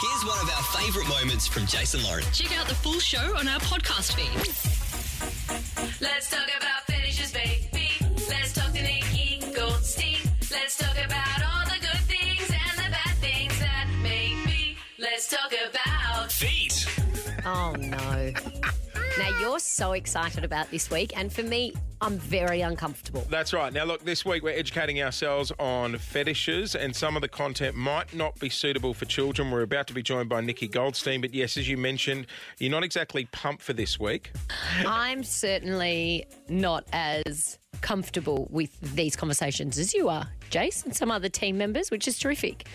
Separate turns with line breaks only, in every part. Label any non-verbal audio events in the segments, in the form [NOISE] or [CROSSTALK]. Here's one of our favourite moments from Jason Lauren.
Check out the full show on our podcast feed.
Let's talk about fetishes, baby. Let's talk to Nick Eaglestein. Let's talk about all the good things and the bad things that make me. Let's talk about.
Feet.
Oh no. Now you're so excited about this week, and for me, I'm very uncomfortable.
That's right. Now, look, this week we're educating ourselves on fetishes, and some of the content might not be suitable for children. We're about to be joined by Nikki Goldstein, but yes, as you mentioned, you're not exactly pumped for this week.
I'm certainly not as comfortable with these conversations as you are, Jace, and some other team members, which is terrific.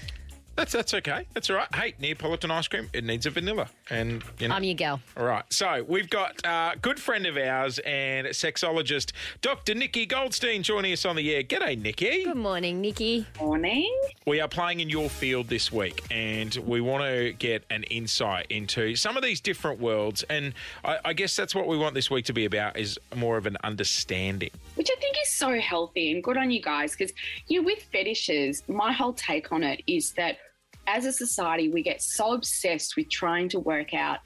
That's that's okay. That's all right. Hey, Neapolitan ice cream, it needs a vanilla, and you know.
I'm your gal.
all right, so we've got uh, good friend of ours and sexologist Dr. Nikki Goldstein joining us on the air. G'day, Nikki.
Good morning, Nikki.
morning.
We are playing in your field this week, and we want to get an insight into some of these different worlds. And I, I guess that's what we want this week to be about is more of an understanding.
Which I think is so healthy and good on you guys because, you know, with fetishes, my whole take on it is that as a society, we get so obsessed with trying to work out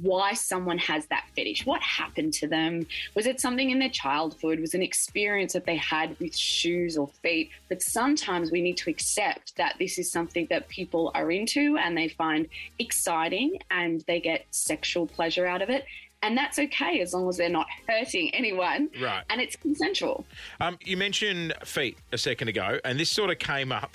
why someone has that fetish. What happened to them? Was it something in their childhood? Was it an experience that they had with shoes or feet? But sometimes we need to accept that this is something that people are into and they find exciting and they get sexual pleasure out of it. And that's okay as long as they're not hurting anyone.
Right.
and it's consensual.
Um, you mentioned feet a second ago, and this sort of came up.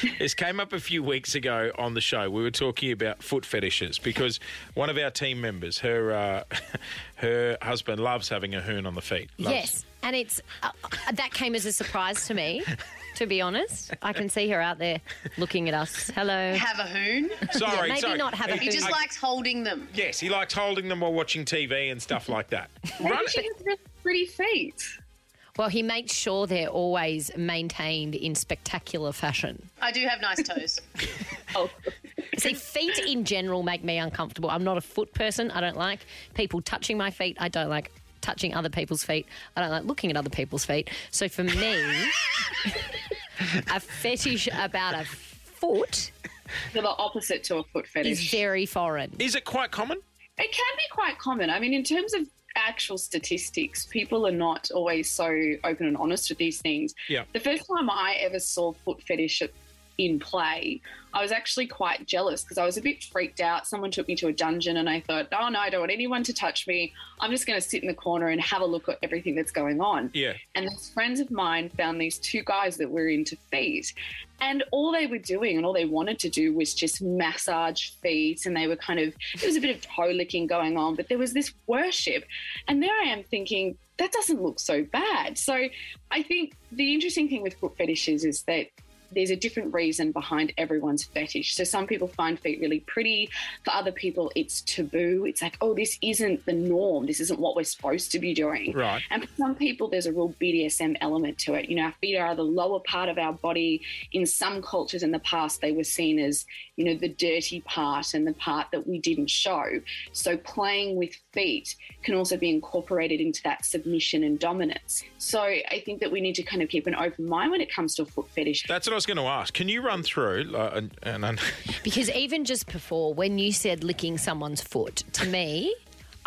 [LAUGHS] this came up a few weeks ago on the show. We were talking about foot fetishes because one of our team members, her uh, [LAUGHS] her husband, loves having a hoon on the
[LAUGHS]
feet. Loves-
Yes, and it's uh, that came as a surprise to [LAUGHS] me. To be honest, I can see her out there looking at us. Hello.
have a hoon.
Sorry,
maybe
sorry.
not have a
He-
hoon.
He just
I-
likes holding them.
Yes, he likes holding them while watching TV and stuff like that.
Maybe
Run-
she has really pretty feet.
Well, he makes sure they're always maintained in spectacular fashion.
I do have nice toes.
Oh,
See, feet in general make me uncomfortable. I'm not a foot person. I don't like people touching my feet. I don't like touching other people's feet. I don't like looking at other people's feet. So for me, a fetish about a foot
they're the opposite to a foot
is
fetish.
very foreign.
Is it quite common?
It can be quite common. I mean, in terms of actual statistics, people are not always so open and honest with these things.
Yeah.
The first time I ever saw foot fetish in play, I was actually quite jealous because I was a bit freaked out. Someone took me to a dungeon and I thought, oh no, I don't want anyone to touch me. I'm just going to sit in the corner and have a look at everything that's going on.
Yeah.
And these friends of mine found these two guys that were into feet. And all they were doing and all they wanted to do was just massage feet. And they were kind of, there was a bit of toe licking going on, but there was this worship. And there I am thinking, that doesn't look so bad. So I think the interesting thing with foot fetishes is that there's a different reason behind everyone's fetish. So some people find feet really pretty. For other people, it's taboo. It's like, oh, this isn't the norm. This isn't what we're supposed to be doing.
Right.
And for some people, there's a real BDSM element to it. You know, our feet are the lower part of our body. In some cultures in the past, they were seen as, you know, the dirty part and the part that we didn't show. So playing with feet can also be incorporated into that submission and dominance. So I think that we need to kind of keep an open mind when it comes to foot fetish.
That's what I was going to ask. Can you run through? Uh, and, and, and [LAUGHS]
Because even just before, when you said licking someone's foot, to me,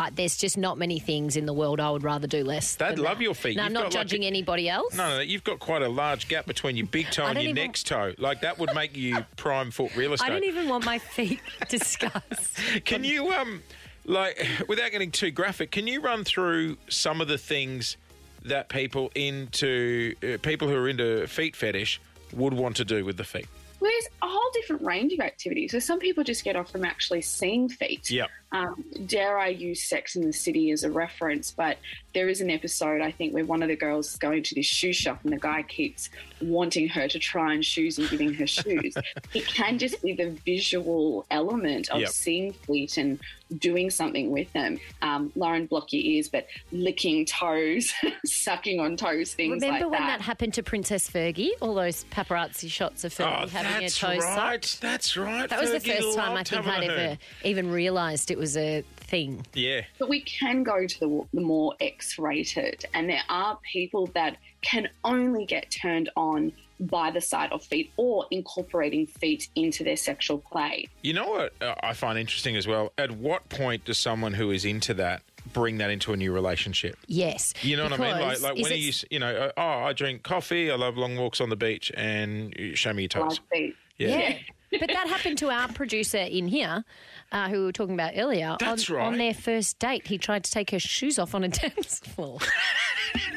uh, there's just not many things in the world I would rather do less.
They'd
than
love
that.
your feet.
No,
You've
I'm not
got like
judging
a-
anybody else.
no, no, no, you've got quite a large gap between your big toe
I
and
don't
your
even-
next toe. Like that would make
[LAUGHS]
you prime foot real estate.
I don't even want my feet [LAUGHS] discussed.
Can you, um, like, [LAUGHS] without getting too graphic, can you run through some of the things that people into uh, people who are into feet fetish would want to do with the feet?
Well, there's a whole different range of activities. So some people just get off from actually seeing feet.
Yep.
Um, dare I use Sex in the City as a reference? But there is an episode I think where one of the girls is going to this shoe shop and the guy keeps wanting her to try on shoes and giving her shoes. It can just be the visual element of
Yep.
seeing feet and doing something with them. Um, Lauren, block your ears, but licking toes, [LAUGHS] sucking on toes, things
Remember
like
when that. happened to Princess Fergie? All those paparazzi shots of Fergie having her
Oh, that's
toes
right.
sucked.
That's right.
That was the
Fergie
first time I
loved
think I'd
having a
ever
hoon.
even realised it was a thing.
Yeah.
But we can go to the, the more X rated, and there are people that can only get turned on by the side of feet or incorporating feet into their sexual play.
You know what uh, I find interesting as well? At what point does someone who is into that bring that into a new relationship?
Yes.
You know what I mean? Like,
Because
like
is
when are
it-
you, s- you know, uh, oh, I drink coffee, I love long walks on the beach, and you show me your toes.
Like feet.
Yeah. but that happened to our producer in here, uh, who we were talking about earlier.
That's
on, On
right.
their first date, he tried to take her shoes off on a [LAUGHS] dance floor.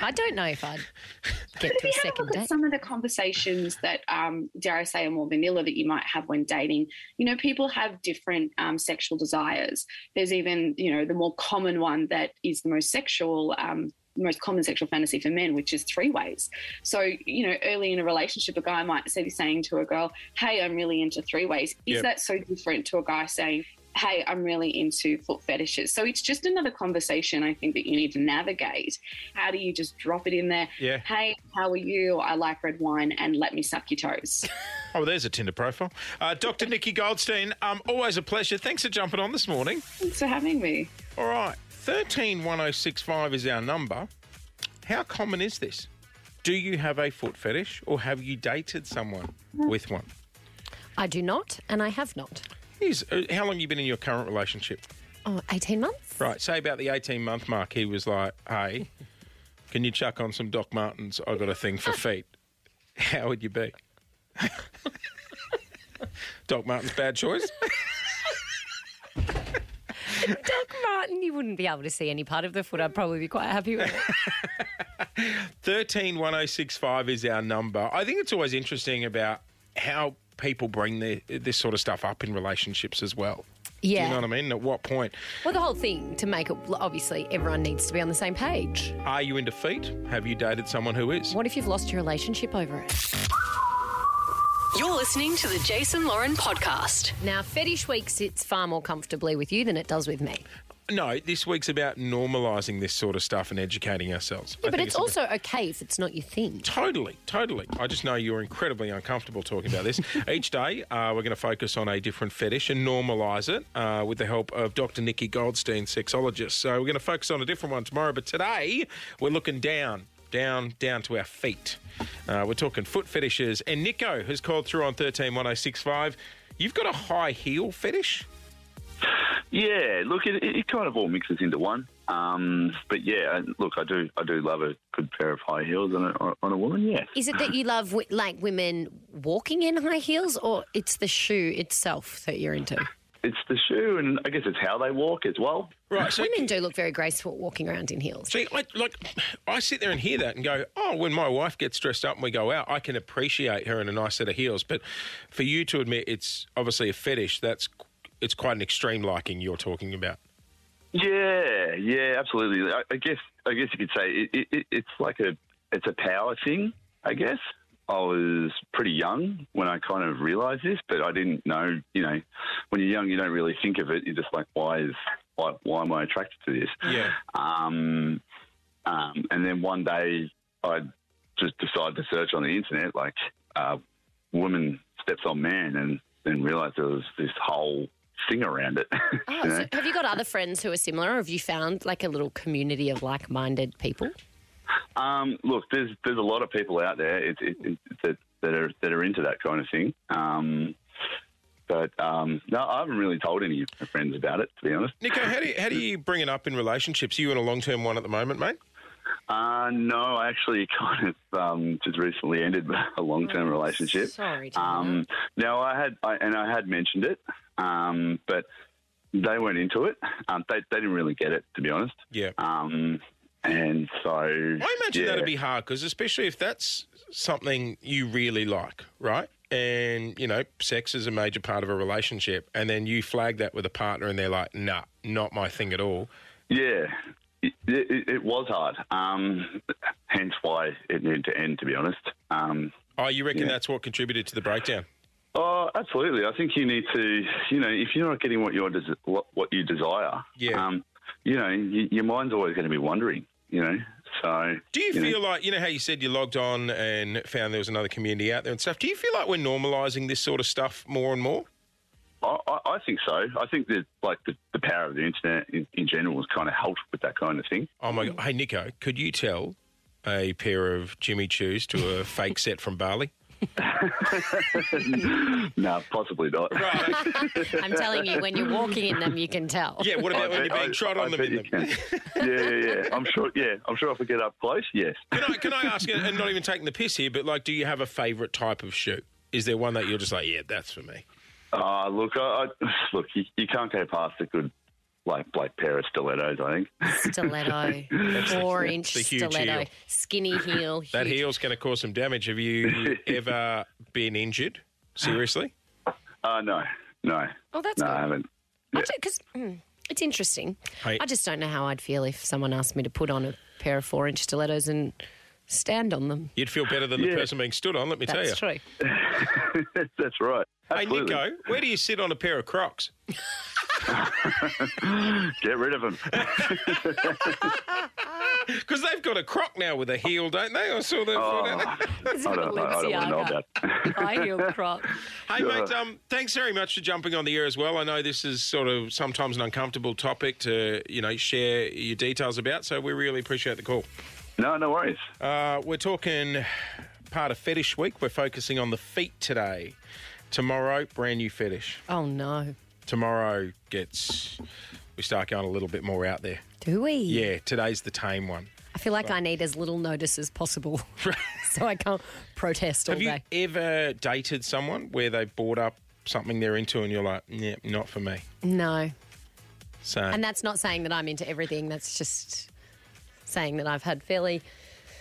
I don't know if I'd get to a
If you have a
second
look
date.
at some of the conversations that, um, dare I say, are more vanilla that you might have when dating. You know, people have different um, sexual desires. There's even, you know, the more common one that is the most sexual. Um, most common sexual fantasy for men, which is three ways. So, you know, early in a relationship, a guy might say, be saying to a girl, Hey, I'm really into three ways. Is
Yep.
that so different to a guy saying, Hey, I'm really into foot fetishes? So it's just another conversation I think that you need to navigate. How do you just drop it in there?
Yeah.
Hey, how are you? I like red wine and let me suck your toes. [LAUGHS]
Oh, there's a Tinder profile. Uh, Dr. Nikki Goldstein, um, always a pleasure. Thanks for jumping on this morning.
Thanks for having me.
All right, 131065 is our number. How common is this? Do you have a foot fetish or have you dated someone with one?
I do not, and I have not.
Here's, uh, how long you been in your current relationship?
Oh, 18 months?
Right, say about the 18 month mark, he was like, hey, can you chuck on some Doc Martens? i got a thing for feet. [LAUGHS] How would you be? [LAUGHS] Doc Martens, bad choice.
Doug Martin, you wouldn't be able to see any part of the foot. I'd probably be quite happy with it.
131065 is our number. I think it's always interesting about how people bring their, this sort of stuff up in relationships as well.
Yeah.
Do you know what I mean? At what point?
Well, the whole thing to make it obviously everyone needs to be on the same page.
Are you into feet? Have you dated someone who is?
What if you've lost your relationship over it?
You're listening to the Jason Lauren podcast.
Now, Fetish Week sits far more comfortably with you than it does with me.
No, this week's about normalising this sort of stuff and educating ourselves. I
Yeah, but
think
it's
about-
also okay if it's not your thing.
Totally, totally. I just know you're incredibly uncomfortable talking about this. Each day, uh, we're going to focus on a different fetish and normalise it uh, with the help of Dr. Nikki Goldstein, sexologist. So we're going to focus on a different one tomorrow, but today we're looking down, down, down to our feet. Uh, we're talking foot fetishes. And Nico has called through on 131065. You've got a high heel fetish?
Yeah, look, it, it kind of all mixes into one. Um, but yeah, I- look, I do, I do love a good pair of high heels on a, on a woman. Yes.
Is it that you love wi- like women walking in high heels, or it's the shoe itself that you're into?
it's the shoe, and I guess it's how they walk as well.
Right, so
Women do look very graceful walking around in heels.
See, I, like, I sit there and hear that and go, oh, when my wife gets dressed up and we go out, I can appreciate her in a nice set of heels. But for you to admit it's obviously a fetish, that's it's quite an extreme liking you're talking about.
Yeah, yeah, absolutely. I, I guess, I guess you could say it, it, it, it's like a, it's a power thing. I guess I was pretty young when I kind of realised this, but I didn't know. You know, when you're young, you don't really think of it. You're just like, why is, why, why am I attracted to this?
Yeah.
Um, um, and then one day I just decided to search on the internet, like uh, woman steps on man, and then realised there was this whole thing around it. [LAUGHS]
Oh,
you
so
know?
have you got other friends who are similar, or have you found like a little community of like-minded people?
um, look, there's there's a lot of people out there it, it, it, that that are that are into that kind of thing. Um, but um, no, I haven't really told any of my friends about it, to be honest.
Nico, how do you, how do you bring it up in relationships? you in a long term one at the moment, mate?
Uh, no, I actually [LAUGHS] kind of um, just recently ended [LAUGHS] a long term relationship.
Sorry. To
Um,
Mm-hmm.
no, I had, I, and I had mentioned it, um, but they weren't into it. Um, they, they didn't really get it, to be honest.
Yeah.
Um, and so, I
I imagine
yeah,
that'd be hard because, especially if that's something you really like, right? And, you know, sex is a major part of a relationship. And then you flag that with a partner and they're like, nah, not my thing at all.
yeah. It, it, it was hard, um, hence why it needed to end. To be honest, um,
Oh, you reckon
Yeah.
that's what contributed to the breakdown?
Oh, absolutely. I think you need to, you know, if you're not getting what you des- what, what you desire,
Yeah.
um, you know, y your mind's always going to be wondering, you know. So,
Do you
know.
feel like you know how you said you logged on and found there was another community out there and stuff? Do you feel like we're normalising this sort of stuff more and more?
I, I, I think so. I think that like the, the power of the internet in, in general has kind of helped with that kind of thing. [LAUGHS]
Oh my
[LAUGHS]
god! Hey Nico, could you tell a pair of Jimmy Choos to a fake set from Bali?
no, possibly not.
Right.
I'm telling you, when you're walking in them, you can tell.
[LAUGHS] Yeah, what about when
bet-
you're being trod on them
bet
in
you
them?
can. yeah, yeah, yeah. I'm sure. Yeah, I'm sure if we get up close, yes.
Can I, can I ask, and and not even taking the piss here, but like, do you have a favourite type of shoe? Is there one that you're just like, yeah, that's for me?
Uh, look, I, [SIGHS] I, look, you, you can't go past a good like like pair of stilettos. I
[LAUGHS]
think.
Stiletto, four inch
the huge
stiletto,
heel. [LAUGHS]
skinny heel.
[LAUGHS]
That
huge-
heel's going to cause some damage. Have you ever been injured? Seriously?
Uh, no, no,
Oh, that's
no,
good.
I haven't. [LAUGHS]
Because mm, it's interesting.
Hey.
I just don't know how I'd feel if someone asked me to put on a pair of four inch stilettos and stand on them.
You'd feel better than the
Yeah.
person being stood on, let me tell you.
That's true.
That's right.
Hey,
Absolutely.
Nico, where do you sit on a pair of Crocs?
get rid
[LAUGHS]
of them.
Because they've got a Croc now with a heel, don't they? I saw that.
I don't, know- I don't want to know about. [LAUGHS]
High [LAUGHS] heel crop.
Oh,
Hey, mate, um, thanks very much for jumping on the air as well. I know this is sort of sometimes an uncomfortable topic to, you know, share your details about, so we really appreciate the call.
No, no worries.
Uh, we're talking part of Fetish Week. We're focusing on the feet today. Tomorrow, brand new fetish.
Oh no.
Tomorrow gets, we start going a little bit more out there.
Do we?
Yeah, today's the tame one.
I feel like I need as little notice
[LAUGHS]
as possible, [LAUGHS] so I can't protest all
Have you
day.
ever dated someone where they've bought up something they're into and you're like, yeah, not for me?
No,
So,
and that's not saying that I'm into everything. That's just saying that I've had fairly.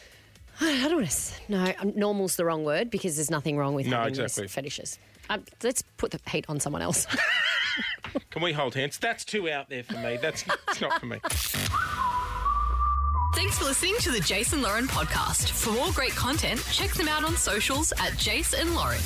[SIGHS] I don't want to. No, um, normal's the wrong word because there's nothing wrong with
No,
having these
exactly.
fetishes. Um, let's put the heat on someone else. [LAUGHS]
can we hold hands? That's too out there for me. That's it's not
[LAUGHS]
for me.
Thanks for listening to the Jason Lauren podcast. For more great content, check them out on socials at Jason Lauren.